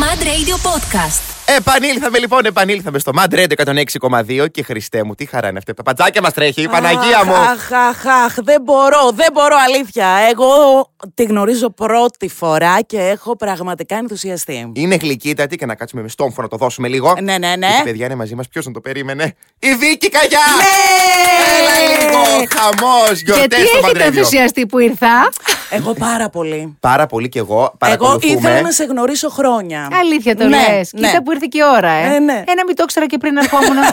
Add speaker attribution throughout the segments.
Speaker 1: Mad Radio Podcast.
Speaker 2: Επανήλθαμε λοιπόν, επανήλθαμε στο Mad Radio 106,2 και Χριστέ μου, τι χαρά είναι αυτή. Τα πατσάκια μας τρέχει, η Παναγία μου.
Speaker 3: Αχ, αχ, αχ, δεν μπορώ, δεν μπορώ αλήθεια. Εγώ τη γνωρίζω πρώτη φορά και έχω πραγματικά ενθουσιαστεί.
Speaker 2: Είναι γλυκύτατη και να κάτσουμε με στόμφο να το δώσουμε λίγο.
Speaker 3: Ναι, ναι, ναι.
Speaker 2: Και τα παιδιά είναι μαζί μας, ποιος να το περίμενε. Η Βίκυ Καγιά!
Speaker 3: Ναι!
Speaker 2: Ναι! Έλα λοιπόν. λίγο, χαμός, γιορτές
Speaker 4: Γιατί
Speaker 2: στο Mad
Speaker 4: έχετε
Speaker 2: Radio.
Speaker 4: ενθουσιαστεί που ήρθα.
Speaker 3: Εγώ πάρα πολύ.
Speaker 2: Πάρα πολύ κι εγώ
Speaker 3: Εγώ
Speaker 2: παρακολουθούμε.
Speaker 3: ήθελα να σε γνωρίσω χρόνια.
Speaker 4: Αλήθεια το
Speaker 3: Ναι,
Speaker 4: λες.
Speaker 3: ναι.
Speaker 4: Κοίτα που ήρθε και η ώρα, ε.
Speaker 3: Ε, ναι.
Speaker 4: Ένα μην το ήξερα και πριν ερχόμουν.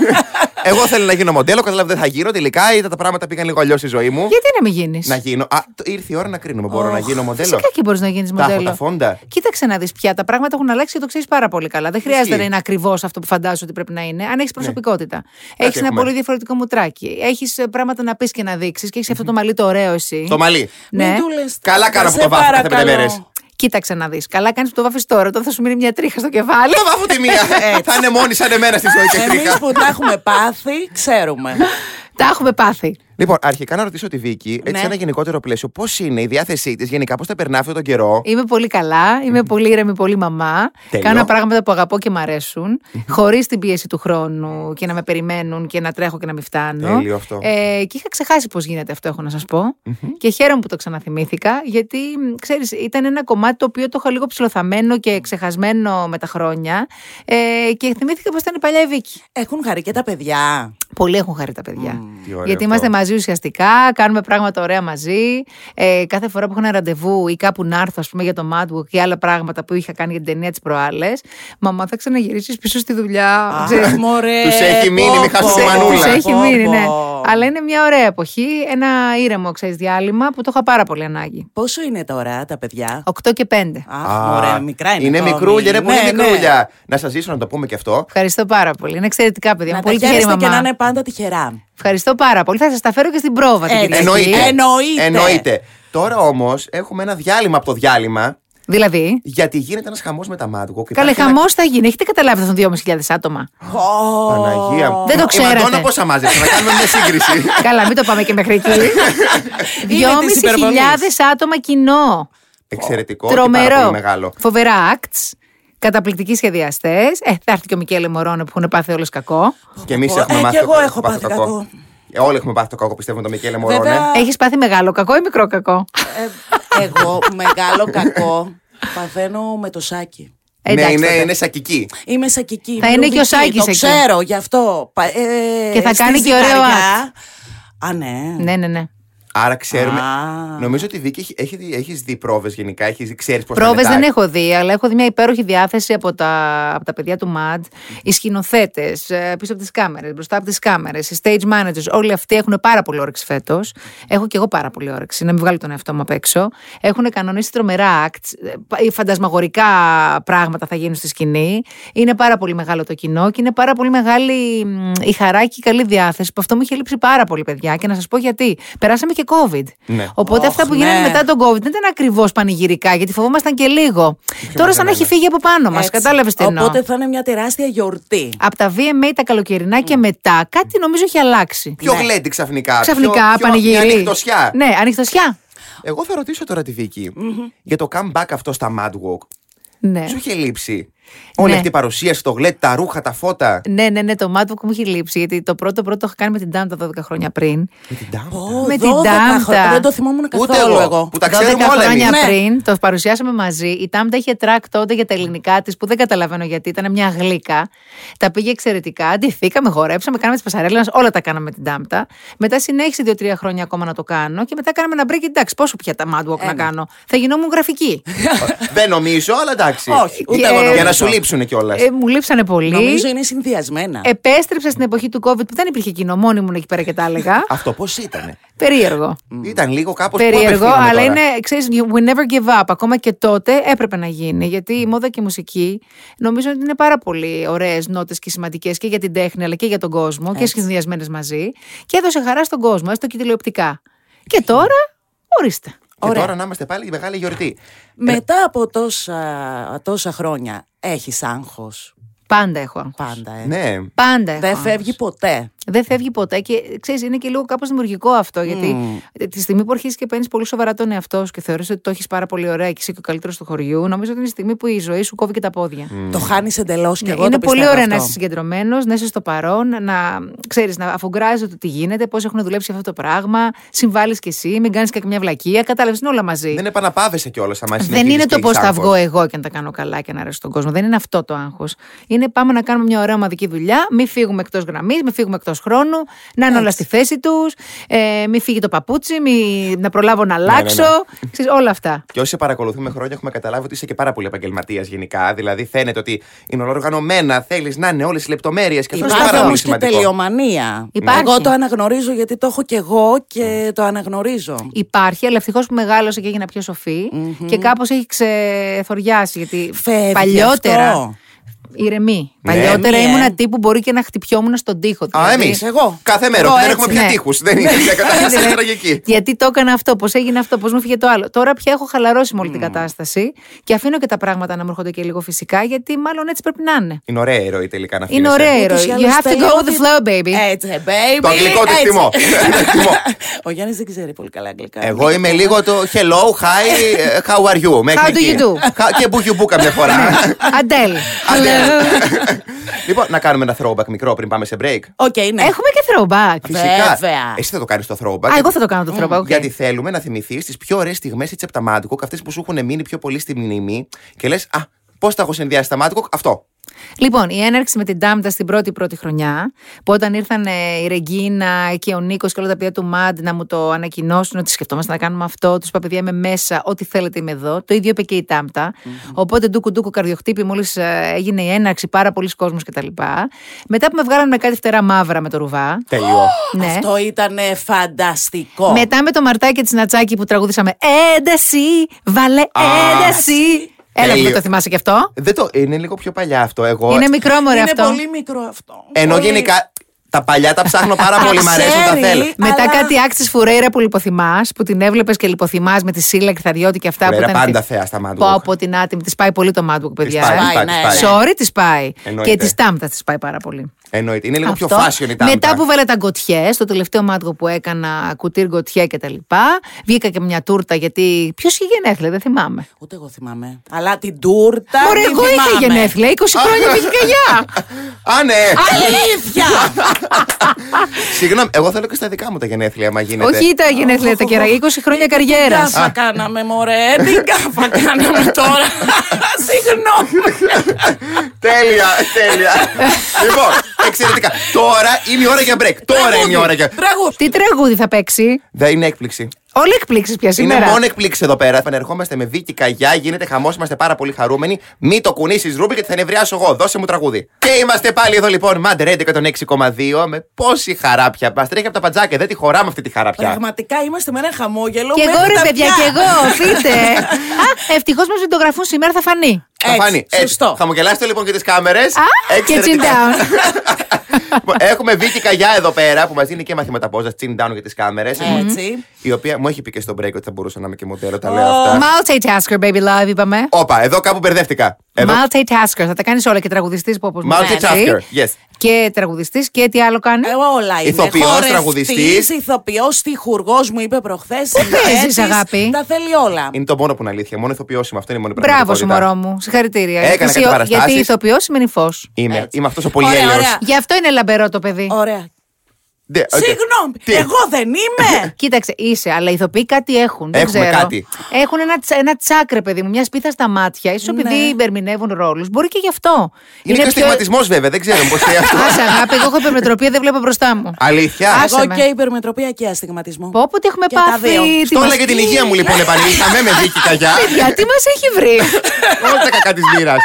Speaker 2: Εγώ θέλω να γίνω μοντέλο, κατάλαβα δεν θα γίνω τελικά, είδα τα πράγματα πήγαν λίγο αλλιώς στη ζωή μου.
Speaker 4: Γιατί να μην γίνεις.
Speaker 2: Να γίνω. Α, το- ήρθε η ώρα να κρίνουμε. Μπορώ να γίνω μοντέλο.
Speaker 4: Φυσικά και μπορείς να γίνεις
Speaker 2: Τα έχω
Speaker 4: μοντέλο.
Speaker 2: τα φόντα.
Speaker 4: Κοίταξε να δεις πια. Τα πράγματα έχουν αλλάξει και το ξέρεις πάρα πολύ καλά. Δεν χρειάζεται
Speaker 2: Ισχύει. Ναι.
Speaker 4: να είναι ακριβώς αυτό που φαντάζεσαι ότι πρέπει να είναι. Αν έχεις προσωπικότητα. Έχεις ένα
Speaker 2: έχουμε.
Speaker 4: πολύ διαφορετικό μουτράκι. Έχεις πράγματα να πεις και να δείξεις και έχεις αυτό το μαλλί το ωραίο εσύ.
Speaker 2: Το μαλλί.
Speaker 4: Ναι.
Speaker 3: Μην του λες
Speaker 2: Καλά
Speaker 3: τέτοια,
Speaker 2: κάνω που
Speaker 3: σε
Speaker 2: το βάζω κάθε πέντε
Speaker 3: παρακαλώ.
Speaker 2: μέρες.
Speaker 4: Κοίταξε να δεις. Καλά κάνεις που το βάφεις τώρα. Τότε θα σου μείνει μια τρίχα στο κεφάλι.
Speaker 2: Το βάφω τη μία. Θα είναι μόνη σαν εμένα στη ζωή και
Speaker 3: Εμείς
Speaker 2: τρίχα.
Speaker 3: που τα έχουμε πάθει, ξέρουμε.
Speaker 4: Τα έχουμε πάθη.
Speaker 2: Λοιπόν, αρχικά να ρωτήσω τη Βίκη, έτσι
Speaker 3: Ναι.
Speaker 2: σε ένα γενικότερο πλαίσιο, πώς είναι η διάθεσή της γενικά, πώς τα περνά αυτόν τον καιρό.
Speaker 4: Είμαι πολύ καλά, είμαι πολύ ήρεμη, πολύ μαμά.
Speaker 2: Τέλειο.
Speaker 4: Κάνω πράγματα που αγαπώ και μ' αρέσουν, χωρίς την πίεση του χρόνου και να με περιμένουν και να τρέχω και να μην φτάνω.
Speaker 2: Τέλειο αυτό.
Speaker 4: Ε, και είχα ξεχάσει πώς γίνεται αυτό, έχω να σας πω. Και χαίρομαι που το ξαναθυμήθηκα, γιατί ξέρεις, ήταν ένα κομμάτι το οποίο το είχα λίγο ψηλοθαμένο και ξεχασμένο με τα χρόνια. Ε, και θυμήθηκα πω ήταν η παλιά η Βίκη.
Speaker 3: Έχουν χαρεί και τα παιδιά.
Speaker 4: Πολύ έχουν χαρεί τα παιδιά.
Speaker 2: Τι ωραίο
Speaker 4: Γιατί
Speaker 2: αυτό.
Speaker 4: είμαστε μαζί ουσιαστικά, κάνουμε πράγματα ωραία μαζί. Ε, κάθε φορά που έχω ένα ραντεβού ή κάπου να έρθω, ας πούμε, για το Madwalk και άλλα πράγματα που είχα κάνει για την ταινία τη προάλλες, μαμά θα ξαναγυρίσεις πίσω στη δουλειά.
Speaker 3: Αχ,
Speaker 4: ξέρεις.
Speaker 3: μωρέ.
Speaker 2: Τους έχει μείνει, μη χάσεις
Speaker 3: πω,
Speaker 2: τη
Speaker 3: πω,
Speaker 2: μανούλα.
Speaker 4: Τους έχει
Speaker 3: πω,
Speaker 4: μείνει,
Speaker 3: πω.
Speaker 4: ναι. Αλλά είναι μια ωραία εποχή, ένα ήρεμο, ξέρεις, διάλειμμα που το είχα πάρα πολύ ανάγκη.
Speaker 3: Πόσο είναι τώρα τα παιδιά.
Speaker 4: 8 και 5.
Speaker 3: Αχ, μωρέ, μικρά είναι.
Speaker 2: Είναι
Speaker 3: ακόμη.
Speaker 2: μικρούλια, είναι πολύ
Speaker 3: Ναι, ναι.
Speaker 2: μικρούλια. Να σας ζήσω να το πούμε και αυτό.
Speaker 4: Ευχαριστώ πάρα πολύ. Είναι εξαιρετικά παιδιά.
Speaker 3: Να
Speaker 4: μου.
Speaker 3: τα
Speaker 4: Πολύ τυχερή
Speaker 3: χαίρεστε και να
Speaker 4: μαμά.
Speaker 3: είναι πάντα τυχερά.
Speaker 4: Ευχαριστώ πάρα πολύ. Θα σας τα φέρω και στην πρόβα την
Speaker 3: Έτσι.
Speaker 4: Κυριακή.
Speaker 2: Εννοείται.
Speaker 3: Εννοείται.
Speaker 2: Εννοείται. Τώρα όμως έχουμε ένα διάλειμμα από το διάλειμμα,
Speaker 4: Δηλαδή.
Speaker 2: γιατί γίνεται ένας χαμός με τα μάτια.
Speaker 4: Καλέ, χαμός θα γίνει. Έχετε καταλάβει ότι θα είναι 2.500 άτομα.
Speaker 3: Ω,
Speaker 2: Παναγία μου.
Speaker 4: Δεν το ξέρατε.
Speaker 2: Η Μαντόνα πόσα μάζεψε, να κάνουμε μια σύγκριση.
Speaker 4: Καλά, μην το πάμε και μέχρι εκεί.
Speaker 3: της
Speaker 4: 2.500
Speaker 3: υπερβολής.
Speaker 4: άτομα κοινό.
Speaker 2: Εξαιρετικό. και Πάρα
Speaker 4: Τρομερό.
Speaker 2: πολύ μεγάλο.
Speaker 4: Φοβερά acts. Καταπληκτικοί σχεδιαστές. Ε, θα έρθει και ο Μικέλε Μωρόνε που έχουν πάθει όλο κακό.
Speaker 2: Και εμείς
Speaker 3: πω.
Speaker 2: έχουμε
Speaker 3: Ε,
Speaker 2: μάθει.
Speaker 3: κι εγώ
Speaker 2: το-
Speaker 3: έχω πάθει κακό.
Speaker 2: Ε, Όλοι έχουμε πάθει το κακό, πιστεύω, με τον Μικέλε ναι. Μωρόνε.
Speaker 3: Βέβαια,
Speaker 4: Έχεις πάθει μεγάλο κακό ή μικρό κακό.
Speaker 3: Ε, εγώ μεγάλο κακό παθαίνω με το σάκι.
Speaker 2: Ναι,
Speaker 4: Εντάξει,
Speaker 2: είναι,
Speaker 4: τότε.
Speaker 2: είναι σακική.
Speaker 3: Είμαι σακική.
Speaker 4: Θα είναι και ο
Speaker 3: σάκι
Speaker 4: Σάκης
Speaker 3: Το
Speaker 4: εκεί.
Speaker 3: ξέρω γι' αυτό. Πα- ε,
Speaker 4: Και θα
Speaker 3: στη
Speaker 4: κάνει και ωραίο
Speaker 3: ζυγαριά. Α, ναι.
Speaker 4: Ναι, ναι, ναι.
Speaker 2: Άρα ξέρουμε.
Speaker 3: Α.
Speaker 2: Νομίζω ότι Βίκη έχει, έχει, δει- έχεις δει πρόβες γενικά. Έχεις, ξέρεις πώς
Speaker 4: Πρόβε
Speaker 2: θα
Speaker 4: δεν
Speaker 2: μετάει.
Speaker 4: έχω δει, αλλά έχω δει μια υπέροχη διάθεση από τα, από τα παιδιά του ΜΑΤ. Οι σκηνοθέτες, πίσω από τις κάμερες, μπροστά από τις κάμερες, οι stage managers, όλοι αυτοί έχουν πάρα πολύ όρεξη φέτος. Έχω και εγώ πάρα πολύ όρεξη, να μην βγάλω τον εαυτό μου απ' έξω. Έχουν κανονίσει τρομερά acts, ε, πα- φαντασμαγορικά πράγματα θα γίνουν στη σκηνή. Είναι πάρα πολύ μεγάλο το κοινό και είναι πάρα πολύ μεγάλη μ, η χαρά και η καλή διάθεση που αυτό μου είχε λείψει πάρα πολύ, παιδιά. Και να σας πω γιατί. Περάσαμε και COVID.
Speaker 2: Ναι.
Speaker 4: Οπότε
Speaker 3: Ωχ,
Speaker 4: αυτά που γίνανε
Speaker 3: ναι.
Speaker 4: μετά τον COVID δεν ήταν ακριβώς πανηγυρικά, γιατί φοβόμασταν και λίγο. Τώρα, σαν να έχει φύγει από πάνω μας,
Speaker 3: Έτσι.
Speaker 4: κατάλαβες τι εννοώ.
Speaker 3: Οπότε θα είναι μια τεράστια γιορτή.
Speaker 4: Από τα VMA τα καλοκαιρινά και μετά, κάτι νομίζω έχει αλλάξει.
Speaker 3: Ναι.
Speaker 2: Πιο γλέντι ξαφνικά.
Speaker 4: Ξαφνικά,
Speaker 2: πιο, πιο, μια
Speaker 4: πανηγυρί.
Speaker 2: ανοιχτωσιά.
Speaker 4: Ναι, ανοιχτωσιά.
Speaker 2: Εγώ θα ρωτήσω τώρα τη Βίκη για το comeback αυτό στα Mad Walk.
Speaker 4: Ναι.
Speaker 2: Σου είχε λείψει. Όλη
Speaker 4: Ναι.
Speaker 2: αυτή η παρουσίαση, το γλέντι, τα ρούχα, τα φώτα.
Speaker 4: Ναι, ναι, ναι, το μάτι μου έχει λείψει. Γιατί το πρώτο πρώτο το είχα κάνει με την Τάντα 12 χρόνια πριν.
Speaker 2: Με την τάμπα.
Speaker 3: Πω,
Speaker 4: Με την
Speaker 3: 12
Speaker 4: Τάμτα.
Speaker 3: χρόνια. Δεν το θυμόμουν
Speaker 2: Ούτε
Speaker 3: καθόλου
Speaker 2: εγώ.
Speaker 3: εγώ.
Speaker 2: Που τα ξέρουμε
Speaker 4: 12
Speaker 2: όλα
Speaker 4: χρόνια
Speaker 2: εμείς.
Speaker 3: Ναι.
Speaker 4: πριν το παρουσιάσαμε μαζί. Η Τάμτα είχε τρακ τότε για τα ελληνικά της που δεν καταλαβαίνω γιατί. Ήταν μια γλύκα. Τα πήγε εξαιρετικά. Αντιθήκαμε, χορέψαμε, κάναμε τις πασαρέλες. Όλα τα κάναμε με την Τάμτα. Μετά συνέχισε δύο-τρία χρόνια ακόμα να το κάνω. Και μετά κάναμε ένα break. Εντάξει, πόσο πια τα mad walk να κάνω. Θα γινόμουν γραφική.
Speaker 2: Δεν νομίζω, αλλά εντάξει.
Speaker 3: Όχι, ούτε
Speaker 4: Ε,
Speaker 3: εγώ
Speaker 4: ε,
Speaker 3: νομίζω.
Speaker 2: Για να σου λείψουν κιόλας.
Speaker 4: ε, μου λείψανε πολύ.
Speaker 3: Νομίζω είναι συνδυασμένα.
Speaker 4: Ε, Επέστρεψα στην εποχή του COVID που δεν υπήρχε κοινό. Μόνη μου εκεί πέρα και τα έλεγα.
Speaker 2: Αυτό πώς ήταν.
Speaker 4: Περίεργο.
Speaker 2: Ήταν λίγο κάπως
Speaker 4: Περίεργο, αλλά είναι, ξέρεις, we never give up. Ακόμα και τότε έπρεπε να γίνει. Γιατί η μόδα και η μουσική νομίζω ότι είναι πάρα πολύ ωραίες νότες και σημαντικές και για την τέχνη αλλά και για τον κόσμο και συνδυασμένες μαζί. Και έδωσε χαρά στον κόσμο, έστω και τηλεοπτικά. Και τώρα, ορίστε.
Speaker 2: Και
Speaker 3: Ωραία.
Speaker 2: τώρα να είμαστε πάλι η μεγάλη γιορτή.
Speaker 4: ε.
Speaker 3: Μετά από τόσα, τόσα χρόνια έχεις άγχος.
Speaker 4: Πάντα έχω. άγχος.
Speaker 3: Πάντα, ε.
Speaker 2: Ναι.
Speaker 4: Πάντα έχω.
Speaker 3: Δεν
Speaker 4: άγχος.
Speaker 3: φεύγει ποτέ.
Speaker 4: Δεν φεύγει ποτέ. Και ξέρεις, είναι και λίγο κάπως δημιουργικό αυτό. Γιατί
Speaker 3: Mm.
Speaker 4: τη στιγμή που αρχίζεις και παίρνεις πολύ σοβαρά τον εαυτό σου και θεωρείς ότι το έχεις πάρα πολύ ωραία και είσαι και ο καλύτερος του χωριού, νομίζω ότι είναι η στιγμή που η ζωή σου κόβει και τα πόδια.
Speaker 3: Το χάνεις εντελώς και
Speaker 4: Ναι,
Speaker 3: εγώ
Speaker 4: είναι
Speaker 3: το
Speaker 4: πολύ
Speaker 3: πιστεύω
Speaker 4: ωραία να
Speaker 3: αυτό.
Speaker 4: είσαι συγκεντρωμένος, να είσαι στο παρόν, να ξέρεις, να αφογκράζει το τι γίνεται, πώς έχουν δουλέψει αυτό το πράγμα, συμβάλλεις κι εσύ, μην κάνεις και καμιά βλακεία. Κατάλαβες, είναι όλα μαζί.
Speaker 2: Δεν επαναπάβεσαι κιόλας άμα
Speaker 4: Δεν
Speaker 2: συνεχίζεις
Speaker 4: είναι
Speaker 2: και
Speaker 4: το πώ
Speaker 2: έχεις
Speaker 4: θα
Speaker 2: άγχος.
Speaker 4: βγω εγώ και να τα κάνω καλά και να αρέσω τον κόσμο. Δεν είναι αυτό το άγχος. Είναι πάμε να κάνουμε μια ωραία ομαδική δουλειά, μην φύγουμε εκτός γραμμής, μην φύγουμε εκτός χρόνου, να είναι όλα στη θέση τους, ε, μην φύγει το παπούτσι, μην, να προλάβω
Speaker 2: Ναι,
Speaker 4: να αλλάξω. Ξέρεις, όλα αυτά.
Speaker 2: Και όσοι σε παρακολουθούμε χρόνια έχουμε καταλάβει ότι είσαι και πάρα πολύ επαγγελματίας γενικά. Δηλαδή φαίνεται ότι είναι όλα οργανωμένα, θέλεις να είναι όλες οι λεπτομέρειες και αυτό είναι
Speaker 3: Υπάρχει
Speaker 2: πάρα
Speaker 3: όμω
Speaker 2: πολύ
Speaker 3: και
Speaker 2: σημαντικό.
Speaker 3: τελειομανία.
Speaker 4: Υπάρχει.
Speaker 3: Εγώ το αναγνωρίζω γιατί το έχω κι εγώ και το αναγνωρίζω.
Speaker 4: Υπάρχει, αλλά ευτυχώς που μεγάλωσε και έγινε πιο σοφή και κάπως έχει ξεθοριάσει. Γιατί
Speaker 3: Φεύγει
Speaker 4: παλιότερα.
Speaker 3: αυτό.
Speaker 4: Ηρεμή.
Speaker 2: Ναι.
Speaker 4: Παλιότερα
Speaker 3: Ηρεμή, ε.
Speaker 4: ήμουν τύπου μπορεί και να χτυπιόμουν στον τοίχο.
Speaker 2: Α,
Speaker 4: δηλαδή.
Speaker 2: εμείς.
Speaker 3: εγώ.
Speaker 2: Κάθε μέρα.
Speaker 4: Εγώ
Speaker 2: Δεν
Speaker 4: έτσι,
Speaker 2: έχουμε πια
Speaker 4: ναι.
Speaker 2: τείχους. Δεν είναι πια κατάσταση. Είναι τραγική.
Speaker 4: Γιατί το έκανα αυτό, πώς έγινε αυτό, πώς μου φύγε το άλλο. Τώρα πια έχω χαλαρώσει με όλη την κατάσταση και αφήνω και τα πράγματα να μου έρχονται και λίγο φυσικά, γιατί μάλλον έτσι πρέπει να είναι.
Speaker 2: Είναι ωραία η ροή τελικά να
Speaker 4: Είναι
Speaker 2: φύγει.
Speaker 4: ωραία η
Speaker 3: Ούτως ή
Speaker 4: ροή. You
Speaker 3: άλλως
Speaker 4: have to go with the
Speaker 3: θεωρώ
Speaker 4: flow, baby.
Speaker 3: Έτσι, ε, baby.
Speaker 2: Το αγγλικό το
Speaker 3: έτσι.
Speaker 2: εκτιμώ. Το εκτιμώ.
Speaker 3: Ο Γιάννης δεν ξέρει πολύ καλά αγγλικά.
Speaker 2: Εγώ είμαι λίγο το hello, hi, ε, how are you. μέχρι
Speaker 4: How do
Speaker 2: εκεί.
Speaker 4: you do? Ναι.
Speaker 2: Χα- Και μπουγιουμπού καμιά φορά.
Speaker 4: Αντέλ.
Speaker 2: λοιπόν, να κάνουμε ένα throwback μικρό πριν πάμε σε break.
Speaker 3: Οκ, ναι.
Speaker 4: Έχουμε και throwback.
Speaker 2: Φυσικά.
Speaker 3: Βέβαια.
Speaker 2: Εσύ θα το κάνεις το throwback.
Speaker 4: Α, εγώ θα το κάνω το throwback. οκ.
Speaker 2: Γιατί θέλουμε να θυμηθείς τις πιο ωραίες στιγμές έτσι από τα Μάντικοκ, αυτές που σου έχουν μείνει πιο πολύ στη μνήμη και λες, Α, πώς τα έχω συνδυάσει τα Μάντικοκ, αυτό.
Speaker 4: Λοιπόν, η έναρξη με την Ντάμτα στην πρώτη-πρώτη χρονιά, που όταν ήρθαν ε, η Ρεγκίνα και ο Νίκος και όλα τα παιδιά του Μαντ να μου το ανακοινώσουν ότι σκεφτόμαστε να κάνουμε αυτό, τους είπα παιδιά είμαι μέσα, ό,τι θέλετε είμαι εδώ. Το ίδιο είπε και η Ντάμτα. Οπότε ντούκου ντούκου καρδιοχτύπη, μόλις έγινε η έναρξη, πάρα πολλοί κόσμοι κτλ. Μετά που με βγάλανε με κάτι φτερά μαύρα με το ρουβά.
Speaker 2: Τέλειο.
Speaker 4: ναι.
Speaker 3: Αυτό ήταν φανταστικό.
Speaker 4: Μετά με το μαρτάκι της Νατσάκη που τραγουδήσαμε Ένταση, βάλε ένταση. Έλα, που
Speaker 2: Τέλειο.
Speaker 4: το θυμάσαι κι αυτό.
Speaker 2: Δεν το, είναι λίγο πιο παλιά αυτό. Εγώ.
Speaker 4: Είναι μικρό μωρέ
Speaker 3: είναι
Speaker 4: αυτό.
Speaker 3: πολύ μικρό αυτό.
Speaker 2: Ενώ
Speaker 3: Πολύ-
Speaker 2: γενικά τα παλιά τα ψάχνω πάρα
Speaker 3: Τα
Speaker 2: πολύ, μ' αρέσουν, τα
Speaker 3: ξέρει.
Speaker 2: θέλω.
Speaker 4: Μετά
Speaker 3: Αλλά-
Speaker 4: κάτι άξει φουρέιρα που λιποθυμάς, που την έβλεπες και λιποθυμάς με τη σύλλα κρυθαριώτη και αυτά
Speaker 2: Φουρέιρα
Speaker 4: που ήταν.
Speaker 2: πάντα
Speaker 4: και-
Speaker 2: θεά στα Μάντουκ.
Speaker 4: Πω από την άτιμη, της πάει πολύ το Μάντουκ, παιδιά.
Speaker 2: Της πάει,
Speaker 4: ε.
Speaker 2: της πάει, της
Speaker 3: ναι,
Speaker 2: πάει.
Speaker 3: ναι.
Speaker 4: Sorry, της πάει.
Speaker 2: Εννοείται.
Speaker 4: Και της τάμτα της πάει πάρα πολύ.
Speaker 2: Εννοείται. Είναι λίγο πιο
Speaker 4: Αυτό.
Speaker 2: fashion η τάμπα.
Speaker 4: Μετά που βάλε τα γκοτιέ, το τελευταίο μάτγο που έκανα, κουτίρ γκοτιέ κτλ. Βγήκα και μια τούρτα γιατί. Ποιος είχε γενέθλια, δεν θυμάμαι.
Speaker 3: Ούτε εγώ θυμάμαι. Αλλά την τούρτα.
Speaker 4: Ωραία,
Speaker 3: την
Speaker 4: εγώ είχα
Speaker 3: θυμάμαι.
Speaker 4: γενέθλια. 20 χρόνια πήγε καγιά.
Speaker 2: Α, ναι!
Speaker 3: Αλήθεια!
Speaker 2: Συγγνώμη, εγώ θέλω και στα δικά μου τα γενέθλια, μα γίνεται.
Speaker 4: Όχι τα γενέθλια τα κεράκια, 20 χρόνια καριέρας.
Speaker 3: Τι κάφα κάναμε, μωρέ. Τι κάφα κάναμε τώρα. Συγγνώμη.
Speaker 2: τέλεια, τέλεια. λοιπόν, εξαιρετικά. Τώρα είναι η ώρα για break. Τώρα είναι η ώρα για.
Speaker 3: Τραγούδι.
Speaker 4: Τι τραγούδι θα παίξει.
Speaker 2: Δεν είναι έκπληξη.
Speaker 4: Όλοι εκπλήξεις πια σήμερα.
Speaker 2: Είναι μόνο εκπλήξει εδώ πέρα. Επανερχόμαστε με Βίκυ Καγιά, γίνεται χαμός, είμαστε πάρα πολύ χαρούμενοι. Μη το κουνήσεις, Ρούμπι, γιατί θα νευριάσω εγώ. Δώσε μου τραγούδι. Και είμαστε πάλι εδώ λοιπόν, Μάντε Ρέντε 106,2. Με πόση χαρά πια. Μας τρέχει από τα παντζάκια, δεν τη χωράμε αυτή τη χαρά πια.
Speaker 3: Πραγματικά είμαστε με ένα χαμόγελο.
Speaker 4: Κι εγώ
Speaker 3: μέχρι
Speaker 4: ρε
Speaker 3: τα
Speaker 4: παιδιά,
Speaker 3: πια.
Speaker 4: κι εγώ, πείτε. Α, ε, ευτυχώς μας βιντεογραφούν σήμερα, θα φανεί.
Speaker 2: Θα
Speaker 3: Έτσι,
Speaker 2: φάνει. Έτσι.
Speaker 3: Σωστό.
Speaker 2: Χαμογελάστε λοιπόν και τις κάμερες.
Speaker 4: και chin down.
Speaker 2: Έχουμε Βίκυ Καγιά εδώ πέρα που μας δίνει και μαθήματα πόζα chin down για τις κάμερες.
Speaker 3: Έτσι.
Speaker 2: Η οποία μου έχει πει και στο break ότι θα μπορούσα να είμαι και μοντέλο, τα λέω αυτά.
Speaker 4: Multitasker, baby love, είπαμε.
Speaker 2: Όπα, εδώ κάπου μπερδεύτηκα. Ε, Εδώ.
Speaker 4: Multitasker, θα τα κάνεις όλα και τραγουδιστής που όπως μου
Speaker 2: Multitasker, yes.
Speaker 4: Και τραγουδιστής και τι άλλο κάνει.
Speaker 3: Ε, όλα είναι.
Speaker 2: Ηθοποιός,
Speaker 3: Χορευτής,
Speaker 2: τραγουδιστής.
Speaker 3: Ηθοποιός, τυχουργός μου είπε προχθές.
Speaker 4: παίζεις,
Speaker 3: συνθέτης,
Speaker 4: αγάπη?
Speaker 3: Τα θέλει όλα.
Speaker 2: Είναι το μόνο που είναι αλήθεια. Μόνο ηθοποιός είμαι. Αυτό είναι η μόνη
Speaker 4: Μπράβο σου
Speaker 2: πραγματικότητα.
Speaker 4: μωρό μου, συγχαρητήρια.
Speaker 2: Έκανα
Speaker 4: Γιατί
Speaker 2: κάτι
Speaker 4: εσύ-
Speaker 2: παραστάσεις.
Speaker 4: Γιατί ηθοποιός σημαίνει φως.
Speaker 2: Είμαι, είμαι αυτός ο πολύ
Speaker 3: Ωραία,
Speaker 2: έλεος.
Speaker 3: ωραία.
Speaker 4: Γι' αυτό είναι λαμπερό το παιδί.
Speaker 3: Ωραία.
Speaker 2: Ναι, οκ.
Speaker 3: Συγγνώμη,
Speaker 2: Τι,
Speaker 3: εγώ δεν είμαι.
Speaker 4: Κοίταξε, είσαι, αλλά οι ηθοποιοί κάτι έχουν. Δεν
Speaker 2: Έχουμε
Speaker 4: ξέρω.
Speaker 2: κάτι.
Speaker 4: Έχουν ένα, τσα- ένα τσάκρε, παιδί μου, μια σπίθα στα μάτια. σω επειδή υπερμηνεύουν ρόλους. Μπορεί και γι' αυτό.
Speaker 2: Ναι. Είναι και ο στιγματισμός, βέβαια. Δεν ξέρω πώς είναι αυτό.
Speaker 4: Άσε, αγάπη, εγώ έχω υπερμετροπία, δεν βλέπω μπροστά μου.
Speaker 2: Αλήθεια.
Speaker 4: Ας- άσε
Speaker 3: Εγώ
Speaker 4: με.
Speaker 3: και υπερμετροπία και αστιγματισμό.
Speaker 4: Πω πω τι έχουμε
Speaker 3: Και τα δύο.
Speaker 4: πάθει.
Speaker 2: Στο όλα για την υγεία μου, λοιπόν, επανήλθαμε με δίκη καγιά.
Speaker 4: Παιδιά, τι μας έχει βρει.
Speaker 2: Όλα τα κακά της μοίρας.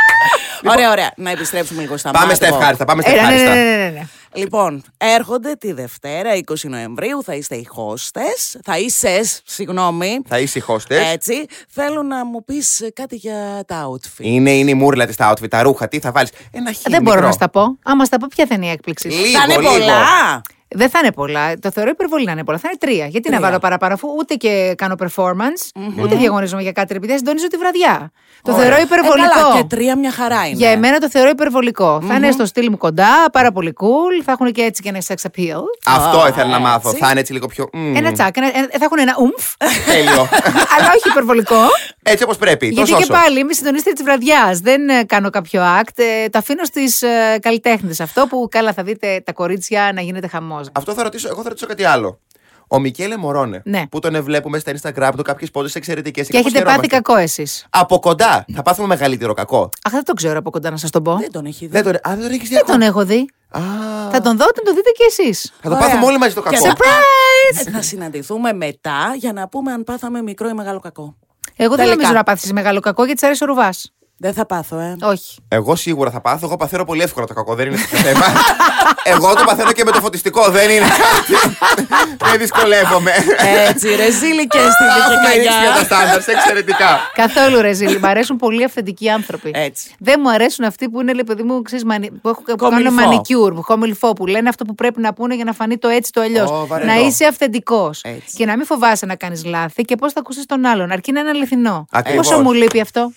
Speaker 3: Ωραία, ωραία. Να επιστρέψουμε λίγο στα
Speaker 2: Λοιπόν, Πάμε
Speaker 3: μάτια.
Speaker 2: στα ευχάριστα. Πάμε στα
Speaker 4: Ε, ναι, ναι, ναι,
Speaker 2: ευχάριστα.
Speaker 4: ναι, ναι, ναι.
Speaker 3: Λοιπόν, έρχονται τη Δευτέρα, 20 Νοεμβρίου, θα είστε οι χώστες, θα είσαι, συγγνώμη,
Speaker 2: Θα είσαι χώστε.
Speaker 3: έτσι. Θέλω να μου πεις κάτι για τα outfit.
Speaker 2: Είναι, είναι η μούρλα της, τα outfit, τα ρούχα. Τι θα βάλεις. Ένα χίλιο.
Speaker 4: Δεν μπορώ να στα πω. Άμα στα πω, ποια θα είναι η έκπληξη.
Speaker 2: Λίγο,
Speaker 3: Θα είναι
Speaker 2: λίγο.
Speaker 3: πολλά.
Speaker 4: Δεν θα είναι πολλά. Το θεωρώ υπερβολή να είναι πολλά. Θα είναι τρία. Γιατί να βάλω παραπάνω, αφού ούτε και κάνω performance, ούτε διαγωνίζομαι για κάτι, ρε παιδιά, συντονίζω τη βραδιά. Το
Speaker 2: Ωραία.
Speaker 4: θεωρώ
Speaker 2: Ε,
Speaker 3: Ε,
Speaker 4: υπερβολικό.
Speaker 3: καλά, και τρία μια χαρά είναι.
Speaker 4: Για εμένα το θεωρώ υπερβολικό. Θα είναι στο στυλ μου κοντά, πάρα πολύ cool. Θα έχουν και έτσι και ένα sex appeal.
Speaker 2: Αυτό
Speaker 3: Α,
Speaker 2: ήθελα να μάθω.
Speaker 3: έτσι.
Speaker 2: Θα είναι έτσι λίγο πιο. μμ,
Speaker 4: Ένα τσακ. ένα- ένα- θα έχουν ένα ουμφ.
Speaker 2: Τέλειο.
Speaker 4: αλλά όχι υπερβολικό.
Speaker 2: Έτσι όπως πρέπει.
Speaker 4: γιατί
Speaker 2: Τόσο
Speaker 4: και
Speaker 2: όσο.
Speaker 4: πάλι είμαι συντονίστρια της βραδιάς. Δεν ε, κάνω κάποιο act. ε, το αφήνω στις ε, καλλιτέχνες αυτό που καλά θα δείτε τα κορίτσια να γίνεται χαμό.
Speaker 2: Αυτό θα ρωτήσω, εγώ θα ρωτήσω κάτι άλλο. Ο Μικέλε Μωρόνε,
Speaker 4: Ναι.
Speaker 2: που τον βλέπουμε στα Instagram του, κάποιες πόντες εξαιρετικές.
Speaker 4: Και έχετε πάθει κακό εσείς.
Speaker 2: Από κοντά θα πάθουμε μεγαλύτερο κακό.
Speaker 4: Αχ, δεν το ξέρω από κοντά να σας τον πω.
Speaker 3: Δεν τον έχει δει.
Speaker 2: Δεν τον, α, δεν τον έχεις δει
Speaker 4: Δεν τον
Speaker 2: ακόμα.
Speaker 4: έχω δει.
Speaker 2: Α,
Speaker 4: Θα τον δω όταν το δείτε κι εσείς.
Speaker 2: θα το
Speaker 3: Ωραία.
Speaker 2: πάθουμε όλοι μαζί το κακό.
Speaker 4: Surprise!
Speaker 3: Ε, Θα συναντηθούμε μετά για να πούμε αν πάθαμε μικρό ή μεγάλο κακό.
Speaker 4: Εγώ δεν
Speaker 3: Τελικά.
Speaker 4: νομίζω να πάθεις μεγάλο κακό γιατί τη αρέσει ο ρουβάς.
Speaker 3: Δεν θα πάθω, ε.
Speaker 4: Όχι.
Speaker 2: Εγώ σίγουρα θα πάθω. Εγώ παθαίνω πολύ εύκολα το κακό. Δεν είναι τέτοιο θέμα. εγώ το παθαίνω και με το φωτιστικό. Δεν είναι κάτι. Δεν δυσκολεύομαι.
Speaker 3: Έτσι, ρε ζήλη και στη
Speaker 2: Έχουμε ενίσχυα τα
Speaker 3: δικαιά.
Speaker 2: στάνταρτ. Εξαιρετικά.
Speaker 4: Καθόλου ρε Ζήλη. Μ' αρέσουν πολύ αυθεντικοί άνθρωποι.
Speaker 3: Έτσι.
Speaker 4: Δεν μου αρέσουν αυτοί που είναι, λέει, παιδί μου, ξέρεις, μανι... που, έχουν, που κάνουν
Speaker 3: Κομιλφό.
Speaker 4: μανικιούρ, που χόμιλφό, που λένε αυτό που πρέπει να πούνε για να φανεί το έτσι το αλλιώς.
Speaker 2: Ω, βαρετό.
Speaker 4: να είσαι αυθεντικός.
Speaker 3: Έτσι.
Speaker 4: Και να μην φοβάσαι να κάνεις λάθη και πώς θα ακούσεις τον άλλον. Αρκεί να είναι αληθινό.
Speaker 2: Ακριβώς.
Speaker 4: Πόσο μου λείπει αυτό.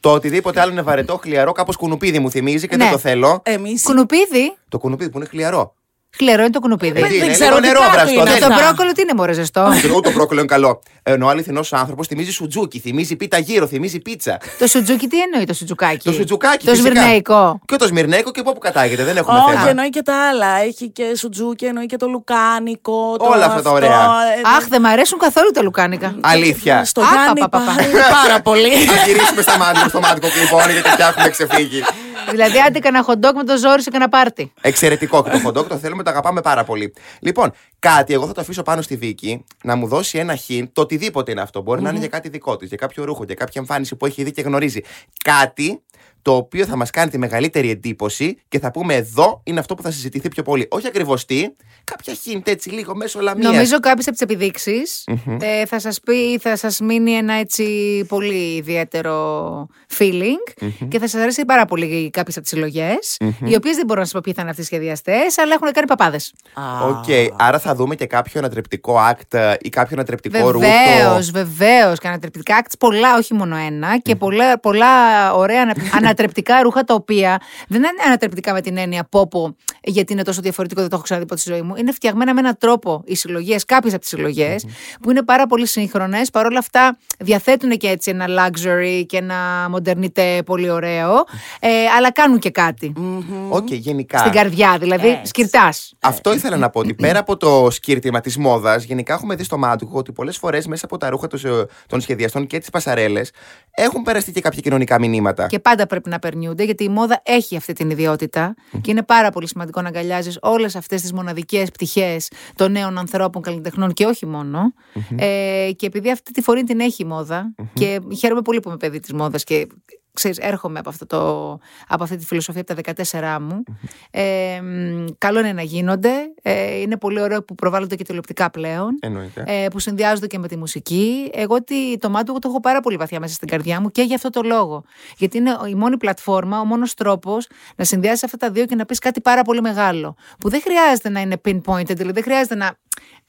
Speaker 2: Το οτιδήποτε άλλο είναι βαρετό, χλιαρό, κάπως κουνουπίδι μου θυμίζει και δεν
Speaker 4: Ναι.
Speaker 2: το θέλω.
Speaker 3: Εμείς.
Speaker 4: Κουνουπίδι.
Speaker 2: Το κουνουπίδι που είναι χλιαρό.
Speaker 4: Χλερό είναι το κουνουπίδι.
Speaker 2: Ε, τι είναι,
Speaker 3: ξέρω
Speaker 2: λίγο
Speaker 3: τι
Speaker 2: νερό
Speaker 3: κάτω
Speaker 2: βραστό.
Speaker 3: είναι
Speaker 2: δεν
Speaker 4: το
Speaker 3: αυτά.
Speaker 4: μπρόκολο τι είναι, μωρέ, ζεστό.
Speaker 2: Ενώ το πρόκολο είναι καλό. Ενώ ο αληθινός άνθρωπος θυμίζει σουτζούκι, θυμίζει πίτα γύρω, θυμίζει πίτσα.
Speaker 4: το σουτζούκι τι εννοεί το σουτζουκάκι.
Speaker 2: Το σουτζουκάκι.
Speaker 4: Το
Speaker 2: φυσικά.
Speaker 4: σμυρνέικο.
Speaker 2: Και το σμυρνέικο και πού που κατάγεται. Δεν έχουμε
Speaker 3: Όχι,
Speaker 2: θέμα.
Speaker 3: εννοεί και τα άλλα. Έχει και σουτζούκι, εννοεί και το λουκάνικο. Το
Speaker 2: Όλα αυτά τα
Speaker 3: αυτό,
Speaker 2: ωραία.
Speaker 3: ε,
Speaker 4: Αχ, δεν μ' αρέσουν καθόλου τα λουκάνικα.
Speaker 2: Αλήθεια.
Speaker 3: Στο
Speaker 4: Α,
Speaker 3: Γιάννη
Speaker 4: πα, πα, πα.
Speaker 3: πάλι πάρα πολύ.
Speaker 2: Α γυρίσουμε στα μάτια μας, στο μάτικο λοιπόν, γιατί πια έχουμε ξεφύγει.
Speaker 4: δηλαδή, άντε κανένα χοντόκ με το ζόρι σε κανένα πάρτι.
Speaker 2: Εξαιρετικό και το χοντόκ, το θέλουμε, το αγαπάμε πάρα πολύ. Λοιπόν, κάτι, εγώ θα το αφήσω πάνω στη Βίκη να μου δώσει ένα χιν, το οτιδήποτε είναι αυτό. Μπορεί να είναι για κάτι δικό της, για κάποιο ρούχο, για κάποια εμφάνιση που έχει δει και γνωρίζει. Κάτι το οποίο θα μας κάνει τη μεγαλύτερη εντύπωση και θα πούμε εδώ είναι αυτό που θα συζητηθεί πιο πολύ. Όχι ακριβώς τι, κάποια χιν έτσι λίγο μέσω λαμίας.
Speaker 4: Νομίζω κάποιες από τις επιδειξει ε, θα σας πει, θα σας μείνει ένα έτσι πολύ ιδιαίτερο feeling και θα σας αρέσει πάρα πολύ κάποιε από τι συλλογε οι οποίες δεν μπορώ να σας πω ποιοι θα είναι αυτοί οι σχεδιαστές, αλλά έχουν κάνει παπάδες.
Speaker 2: Οκ, άρα θα δούμε και κάποιο ανατρεπτικό act ε, ή κάποιο ανατρεπτικό
Speaker 4: Βεβαίω,
Speaker 2: ρούχο.
Speaker 4: βεβαίως. Και ανατρεπτικά acts, πολλά, όχι μόνο ένα. Και πολλά, πολλά ωραία ανα- ανατρεπτικά ρούχα τα οποία δεν είναι ανατρεπτικά με την έννοια πόπο, γιατί είναι τόσο διαφορετικό, δεν το έχω ξαναδεί ποτέ στη ζωή μου. Είναι φτιαγμένα με έναν τρόπο οι συλλογές, κάποιες από τις συλλογε που είναι πάρα πολύ σύγχρονες. Παρ' όλα αυτά διαθέτουν και έτσι ένα luxury και ένα modernité πολύ ωραίο, ε, αλλά κάνουν και κάτι
Speaker 2: Οκ, γενικά.
Speaker 4: στην καρδιά. Δηλαδή, σκυρτάς.
Speaker 2: Αυτό ήθελα να πω ότι πέρα από το σκύρτημα της μόδας, γενικά έχουμε δει στο μάτουχο ότι πολλές φορές μέσα από τα ρούχα τους, ε, των σχεδιαστών και τις πασαρέλες έχουν περαστεί και κάποια κοινωνικά μηνύματα.
Speaker 4: Και πάντα πρέπει να περνιούνται, γιατί η μόδα έχει αυτή την ιδιότητα. Και είναι πάρα πολύ σημαντικό να αγκαλιάζεις όλες αυτές τις μοναδικές πτυχές των νέων ανθρώπων, καλλιτεχνών και όχι μόνο. Ε, και επειδή αυτή τη φορή την έχει η μοδα και χαίρομαι πολύ που είμαι παιδί της μόδας και ξέρεις, έρχομαι από, αυτό το, από αυτή τη φιλοσοφία από τα 14 μου. Ε, μ, καλό είναι να γίνονται. Ε, είναι πολύ ωραίο που προβάλλονται και τηλεοπτικά πλέον
Speaker 2: Εννοείται.
Speaker 4: ε, που συνδυάζονται και με τη μουσική. Εγώ τι, το μάτουγο το έχω πάρα πολύ βαθιά μέσα στην καρδιά μου και για αυτό το λόγο. Γιατί είναι η μόνη πλατφόρμα, ο μόνος τρόπος να συνδυάσεις αυτά τα δύο και να πεις κάτι πάρα πολύ μεγάλο. Που δεν χρειάζεται να είναι pinpointed, δηλαδή δεν χρειάζεται να,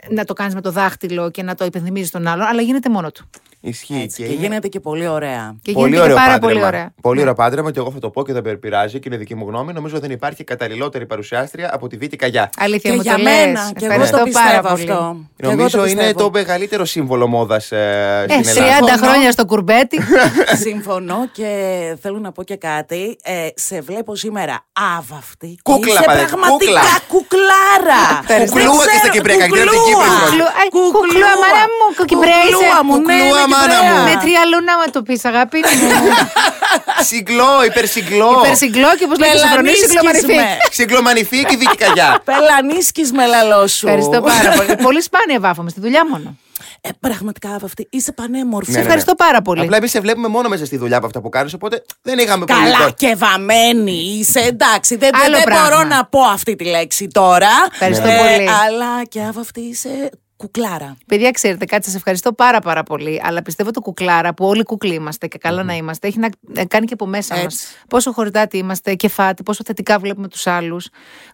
Speaker 4: να το κάνεις με το δάχτυλο και να το υπενθυμίζεις τον άλλον, αλλά γίνεται μόνο του.
Speaker 2: Ισχύει
Speaker 3: Και
Speaker 2: είναι
Speaker 3: γίνεται και πολύ ωραία.
Speaker 4: Και
Speaker 2: Πολύ
Speaker 4: γίνεται και
Speaker 2: ωραίο
Speaker 4: πάρα
Speaker 2: πάντρεμα.
Speaker 4: πολύ ωραία.
Speaker 2: Πολύ ωραίο πάντρεμα και εγώ θα το πω και δεν με πειράζει και είναι δική μου γνώμη. Νομίζω δεν υπάρχει καταλληλότερη παρουσιάστρια από τη Βίτη Καγιά.
Speaker 4: Αλήθεια,
Speaker 3: Και
Speaker 4: μου
Speaker 3: για
Speaker 4: το λες.
Speaker 3: μένα. Και εγώ
Speaker 4: Ευχαριστώ
Speaker 3: το
Speaker 4: πάρα
Speaker 3: πιστεύω
Speaker 4: πολύ.
Speaker 3: αυτό. Και εγώ
Speaker 2: Νομίζω είναι
Speaker 3: πιστεύω.
Speaker 2: το μεγαλύτερο σύμβολο μόδας
Speaker 4: Ε,
Speaker 2: στην
Speaker 4: 30
Speaker 2: Ελλάδα.
Speaker 3: Συμφωνώ.
Speaker 4: χρόνια στο κουρμπέτι.
Speaker 3: Συμφωνώ και θέλω να πω και κάτι. Ε, σε βλέπω σήμερα άβαυτη.
Speaker 2: Κούκλα,
Speaker 3: Είσαι
Speaker 2: παιδί,
Speaker 3: πραγματικά
Speaker 2: κούκλα.
Speaker 3: κουκλάρα.
Speaker 2: Κουκλούα και στα Κυπριακά, γιατί δεν την Κύπρος
Speaker 3: Κουκλούα.
Speaker 2: είναι.
Speaker 4: Κουκλου- ε, Κουκλούα, μάρα μου, κοκυπρέα είσαι.
Speaker 3: Κουκλούα μου, ναι,
Speaker 2: Κουκλούα,
Speaker 3: είμαι
Speaker 2: μάνα
Speaker 3: Κυπρέα.
Speaker 2: μου.
Speaker 4: Με τρία λουνά, μα το πεις, αγάπη μου.
Speaker 2: Συγκλώ, υπερσυγκλώ.
Speaker 4: Υπερσυγκλώ και όπω λέει το σοφρονίσιο,
Speaker 3: Πελανίσκης
Speaker 4: συγκλωμαριφή.
Speaker 3: με.
Speaker 2: Συγκλωμανηφή και Βίτη Καγιά.
Speaker 3: Πελανίσκης με λαλό σου.
Speaker 4: Ευχαριστώ πάρα πολύ. πολύ σπάνια βάφομαι στη δουλειά μόνο.
Speaker 3: Ε, πραγματικά άβαυτη. Είσαι πανέμορφη.
Speaker 2: Ναι, ναι, ναι.
Speaker 4: Ευχαριστώ πάρα πολύ.
Speaker 2: Απλά εμείς σε βλέπουμε μόνο μέσα στη δουλειά από αυτά που κάνεις, οπότε δεν είχαμε πολύ
Speaker 3: Καλά
Speaker 2: λόγο.
Speaker 3: και βαμμένη είσαι, εντάξει. Δεν,
Speaker 4: Άλλο
Speaker 3: δεν
Speaker 4: πράγμα.
Speaker 3: μπορώ να πω αυτή τη λέξη τώρα. Ε,
Speaker 4: Ευχαριστώ πολύ.
Speaker 3: Αλλά και άβαυτη είσαι Κουκλάρα.
Speaker 4: Παιδιά, ξέρετε κάτι, σας ευχαριστώ πάρα πάρα πολύ. Αλλά πιστεύω το κουκλάρα που όλοι κουκλοί είμαστε και καλά να είμαστε, έχει να ε, κάνει και από μέσα μα.
Speaker 3: Έτσι.
Speaker 4: Πόσο χορτάτη είμαστε, κεφάτη, πόσο θετικά βλέπουμε τους άλλους.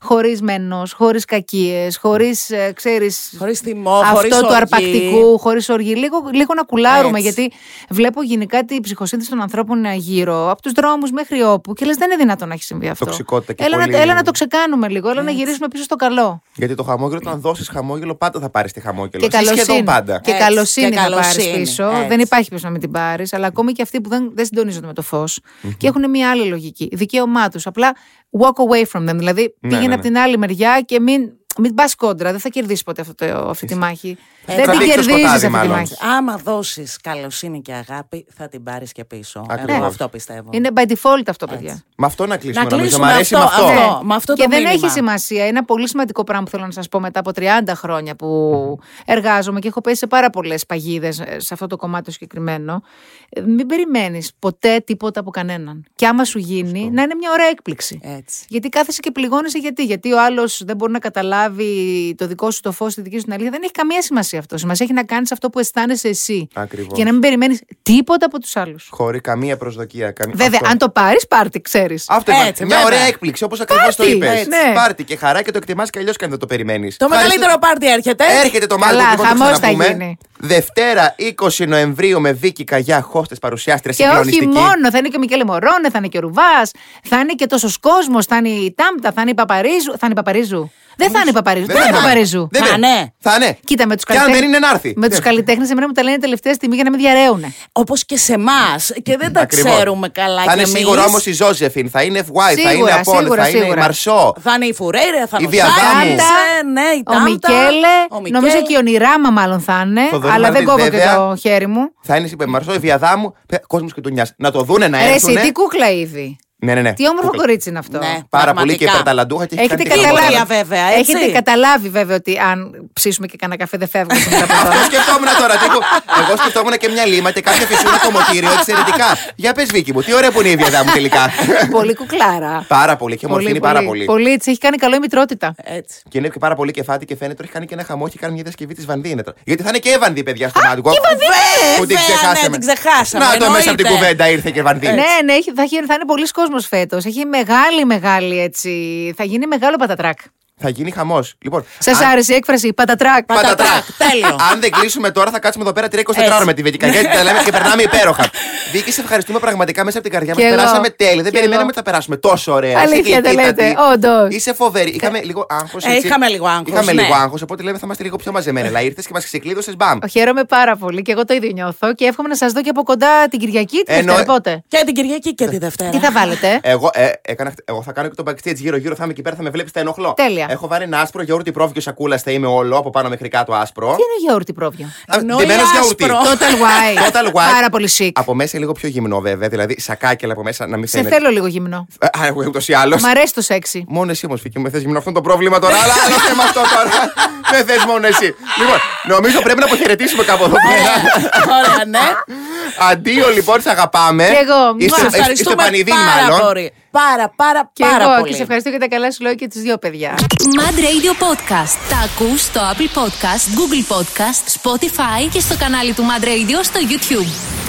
Speaker 4: Χωρίς μένος, χωρίς κακίες, χωρίς, ε, ξέρεις.
Speaker 3: Χωρίς θυμό,
Speaker 4: Αυτό
Speaker 3: χωρί
Speaker 4: του αρπακτικού, χωρίς οργή. Λίγο, λίγο να κουλάρουμε, γιατί βλέπω γενικά την ψυχοσύνθεση των ανθρώπων ε, γύρω, από τους δρόμους μέχρι όπου. Και λες, δεν είναι δυνατόν να έχει συμβεί αυτό.
Speaker 2: Τοξικότητα και
Speaker 4: έλα, να,
Speaker 2: πολύ-
Speaker 4: έλα να το ξεκάνουμε λίγο, έλα να γυρίσουμε πίσω στο καλό.
Speaker 2: Γιατί το χαμόγελο, όταν δώσεις χαμόγελο, πάντα θα πάρεις τη χαμόγελο.
Speaker 4: Και καλοσύνη.
Speaker 2: Σχεδόν πάντα.
Speaker 4: Και
Speaker 3: Έτσι,
Speaker 4: καλοσύνη
Speaker 3: και
Speaker 4: θα πάρεις
Speaker 3: καλοσύνη.
Speaker 4: πίσω.
Speaker 3: Έτσι.
Speaker 4: Δεν υπάρχει ποιο να μην την πάρεις. Αλλά ακόμη και αυτοί που δεν, δεν συντονίζονται με το φως και έχουν μια άλλη λογική. Δικαίωμά τους. Απλά walk away from them. Δηλαδή πήγαινε
Speaker 2: ναι,
Speaker 4: από
Speaker 2: ναι.
Speaker 4: την άλλη μεριά και μην, μην πας κόντρα. Δεν θα κερδίσεις ποτέ αυτό το, αυτή τη μάχη. δεν την
Speaker 2: τραβήξει το
Speaker 4: κερδίζεις
Speaker 2: σκοτάδι,
Speaker 4: αυτή τη
Speaker 2: μάλλον.
Speaker 4: μάχη.
Speaker 3: Άμα δώσεις καλοσύνη και αγάπη, θα την πάρεις και πίσω. Εγώ
Speaker 2: Ακριβώς.
Speaker 3: αυτό πιστεύω.
Speaker 4: Είναι by default αυτό, παιδιά.
Speaker 2: Με αυτό να κλείσουμε,
Speaker 3: Να
Speaker 2: νομίζω. Μ'
Speaker 3: κλείσουμε
Speaker 2: αρέσει με
Speaker 3: αυτό,
Speaker 2: αυτό.
Speaker 3: αυτό. με το
Speaker 4: Ναι. και δεν
Speaker 3: μήνυμα.
Speaker 4: έχει σημασία. Ένα πολύ σημαντικό πράγμα που θέλω να σας πω μετά από 30 χρόνια που εργάζομαι και έχω πέσει σε πάρα πολλές παγίδες σε αυτό το κομμάτι το συγκεκριμένο. ε, Μην περιμένεις ποτέ τίποτα από κανέναν. Και άμα σου γίνει, να είναι μια ωραία έκπληξη.
Speaker 3: Έτσι.
Speaker 4: Γιατί κάθεσαι και πληγώνεσαι γιατί. Γιατί ο άλλος δεν μπορεί να καταλάβει το δικό σου το φως, τη δική σου την αλήθεια. Δεν έχει καμία σημασία αυτό. Σημασία έχει να κάνεις αυτό που αισθάνεσαι εσύ.
Speaker 2: Ακριβώς.
Speaker 4: Και να μην περιμένεις τίποτα από τους άλλους.
Speaker 2: Χωρί καμία προσδοκία. καμία-
Speaker 4: Βέβαια,
Speaker 2: αυτό.
Speaker 4: αν το πάρεις, πάρτι, ξέρει.
Speaker 2: Αυτό
Speaker 3: Έτσι,
Speaker 2: είναι. Μια
Speaker 3: βέβαια.
Speaker 2: ωραία έκπληξη, όπως ακριβώς το
Speaker 4: Πάρτι,
Speaker 2: είπες.
Speaker 4: έτσι, ναι.
Speaker 2: Πάρτι και χαρά και το εκτιμάς και αλλιώς και αν δεν το περιμένεις.
Speaker 3: Το μεγαλύτερο πάρτι έρχεται.
Speaker 2: Έρχεται το Μάρτιο
Speaker 4: Καλά,
Speaker 2: λοιπόν, το
Speaker 4: χαμός θα
Speaker 2: ξαναπούμε.
Speaker 4: γίνει.
Speaker 2: Δευτέρα 20 Νοεμβρίου με Βίκυ Καγιά, χώστες παρουσιάστρε
Speaker 4: Και όχι
Speaker 2: συγκλονιστική.
Speaker 4: μόνο, θα είναι και ο Μικέλε Μωρόνε, θα είναι και ο Ρουβάς, θα είναι και τόσος κόσμος, θα είναι η Τάμπτα, θα είναι η Παπαρίζου. Θα είναι η Παπαρίζου. Δεν θα είναι η Παπαρίζου. Δεν,
Speaker 2: θα
Speaker 4: είναι η Παπαρίζου.
Speaker 2: Δεν
Speaker 3: Θα
Speaker 2: είναι.
Speaker 3: είναι.
Speaker 2: Θα είναι.
Speaker 4: Κοίτα με τους
Speaker 2: Και αν
Speaker 4: καλλιτέχνε.
Speaker 2: δεν είναι να έρθει.
Speaker 4: Με τους
Speaker 2: Ναι.
Speaker 4: καλλιτέχνες, εμένα μου τα λένε τελευταία στιγμή για να με διαραίουνε.
Speaker 3: Όπως και σε εμάς. Και δεν τα
Speaker 2: Ακριβώς.
Speaker 3: ξέρουμε καλά.
Speaker 2: Θα
Speaker 3: κι
Speaker 2: είναι
Speaker 3: εμείς.
Speaker 2: σίγουρα όμως η Ζόζεφιν, θα είναι FY, θα είναι
Speaker 4: Σίγουρα,
Speaker 2: Απόλυν,
Speaker 4: σίγουρα,
Speaker 2: θα είναι η
Speaker 4: σίγουρα.
Speaker 2: Μαρσό.
Speaker 3: Θα είναι η Φουρέιρα, θα
Speaker 2: Η
Speaker 3: είναι ο
Speaker 2: Διαδάμου.
Speaker 3: Σάινς, ε, ναι, η
Speaker 4: ο
Speaker 3: Τάμτα,
Speaker 4: Μικέλε,
Speaker 3: ο Μικέλε.
Speaker 4: νομίζω και η Ονειράμα μάλλον θα είναι,
Speaker 2: Θοδωρή
Speaker 4: Ε, αλλά δεν
Speaker 2: Μαρτίν,
Speaker 4: κόβω και
Speaker 2: βέβαια.
Speaker 4: το χέρι μου.
Speaker 2: Θα είναι η Μαρσό, η Βιαδάμου. Κόσμος και του Να το δούνε να
Speaker 4: Ρε, εσύ,
Speaker 2: έρθουν.
Speaker 4: τι κούκλα ήδη.
Speaker 2: Ναι, ναι, ναι.
Speaker 4: Τι όμορφο
Speaker 2: Κούκλα.
Speaker 4: κορίτσι είναι αυτό.
Speaker 3: Ναι.
Speaker 2: Πάρα πολύ και
Speaker 3: Πραγματικά.
Speaker 2: υπερταλαντούχα και έχει
Speaker 4: Έχετε
Speaker 2: κάνει την
Speaker 3: καταλάβει.
Speaker 2: κούκλα.
Speaker 3: Ωραία, βέβαια, έτσι.
Speaker 4: Έχετε καταλάβει βέβαια ότι αν ψήσουμε και κανένα καφέ δεν φεύγουμε μετά από
Speaker 2: Αυτό
Speaker 4: τώρα.
Speaker 2: σκεφτόμουν τώρα. τύπου, εγώ σκεφτόμουν και μια λίμα και κάποια φυσούρα κομμωτήριο. Εξαιρετικά. Για πες, Βίκυ μου, τι ωραία που είναι η Βιαδάμου τελικά.
Speaker 4: Πολύ κουκλάρα.
Speaker 2: Πάρα πολύ και ομορφύνει πάρα πολύ.
Speaker 4: Πολύ, της έχει κάνει καλό η μητρότητα.
Speaker 3: Έτσι.
Speaker 2: Και είναι και πάρα πολύ κεφάτη και φαίνεται ότι έχει κάνει και ένα χαμό. Έχει κάνει μια διασκευή της Βανδί. Είναι τώρα. Γιατί θα είναι και η Βανδί, παιδιά, στο μάτι. Και Που την
Speaker 3: βέβαια, ναι,
Speaker 2: ξεχάσαμε.
Speaker 3: την ξεχάσαμε,
Speaker 2: Να το μέσα από την
Speaker 3: εννοείται.
Speaker 2: κουβέντα ήρθε και Βανδί.
Speaker 4: Ναι, ναι, έχει- θα, έχει, θα είναι πολλοί κόσμο φέτος. Έχει μεγάλη, μεγάλη έτσι. Θα γίνει μεγάλο πατατράκ.
Speaker 2: Θα γίνει χαμός. Λοιπόν,
Speaker 4: Σας
Speaker 2: αν-
Speaker 4: άρεσε η έκφραση πατατράκ.
Speaker 2: Πατατράκ.
Speaker 3: Πατατράκ, τέλειο.
Speaker 2: Αν δεν κλείσουμε τώρα, θα κάτσουμε εδώ πέρα 24 ώρα με τη Βίκυ. Γιατί τα λέμε και περνάμε υπέροχα. Βίκυ, σε ευχαριστούμε πραγματικά μέσα από την καρδιά μας.
Speaker 4: Κι εγώ.
Speaker 2: Περάσαμε τέλεια. Δεν
Speaker 4: Κι
Speaker 2: περιμέναμε
Speaker 4: εγώ.
Speaker 2: ότι θα περάσουμε τόσο ωραία.
Speaker 4: Αλήθεια,
Speaker 2: Είσαι
Speaker 4: δεν
Speaker 2: γλυκύτατη.
Speaker 4: λέτε. Όντως.
Speaker 2: Είσαι φοβερή. Είχαμε λίγο άγχος.
Speaker 3: Ε, είχαμε λίγο άγχος,
Speaker 2: Είχαμε
Speaker 3: ναι.
Speaker 2: λίγο άγχος, οπότε λέμε θα είμαστε λίγο πιο μαζεμένοι. Αλλά ήρθε και μας ξεκλείδωσες μπαμ.
Speaker 4: Χαίρομαι πάρα πολύ και εγώ το ίδιο νιώθω και εύχομαι να σας δω και από κοντά την Κυριακή. Την
Speaker 2: Εννοεί-
Speaker 4: Δευτέρα πότε.
Speaker 3: Και την Κυριακή και τη Δευτέρα.
Speaker 4: Τι θα βάλετε. ε?
Speaker 2: Εγώ, ε, έκανα, εγώ θα κάνω και το backstage γύρω-γύρω, θα είμαι εκεί πέρα, θα με βλέπεις, θα ενοχλώ.
Speaker 4: Τέλεια.
Speaker 2: Έχω βάλει ένα άσπρο γιαούρτι πρόβιο σακούλα, θα είμαι όλο από πάνω μέχρι κάτω άσπρο.
Speaker 4: Τι είναι γιαούρτι πρόβιο.
Speaker 2: Α,
Speaker 3: Εννοεί
Speaker 2: ντυμένος γιαούρτι.
Speaker 3: άσπρο.
Speaker 4: Total white.
Speaker 2: Total white.
Speaker 4: Πάρα πολύ chic.
Speaker 2: Από μέσα λίγο πιο γυμνό βέβαια, δηλαδή σακάκελα από μέσα να μην
Speaker 4: Σε
Speaker 2: φαίνεται.
Speaker 4: θέλω λίγο γυμνό.
Speaker 2: Α, εγώ ούτως ή άλλως.
Speaker 4: Μ' αρέσει το σεξι.
Speaker 2: Μόνο εσύ όμως, Φίκη, μου θες γυμνό. Αυτό είναι το πρόβλημα τώρα. Αλλά άλλο θέμα αυτό τώρα. Δεν θες μόνο εσύ. Λοιπόν, νομίζω πρέπει να αποχαιρετήσουμε κάπου εδώ πέρα.
Speaker 3: Ωραία, ναι.
Speaker 2: Αντίο λοιπόν, σε αγαπάμε.
Speaker 4: Κι εγώ.
Speaker 2: Είστε-
Speaker 4: Σας
Speaker 2: είστε- Είστε πανηδί, μάλλον.
Speaker 3: πολύ. Πάρα, πάρα,
Speaker 4: Και
Speaker 3: πάρα
Speaker 4: εγώ και
Speaker 3: πολύ.
Speaker 4: σε ευχαριστώ για τα καλά σου λόγια και του δύο παιδιά.
Speaker 1: Mad Radio Podcast. Τα ακούς στο Apple Podcast, Google Podcast, Spotify και στο κανάλι του Mad Radio στο YouTube.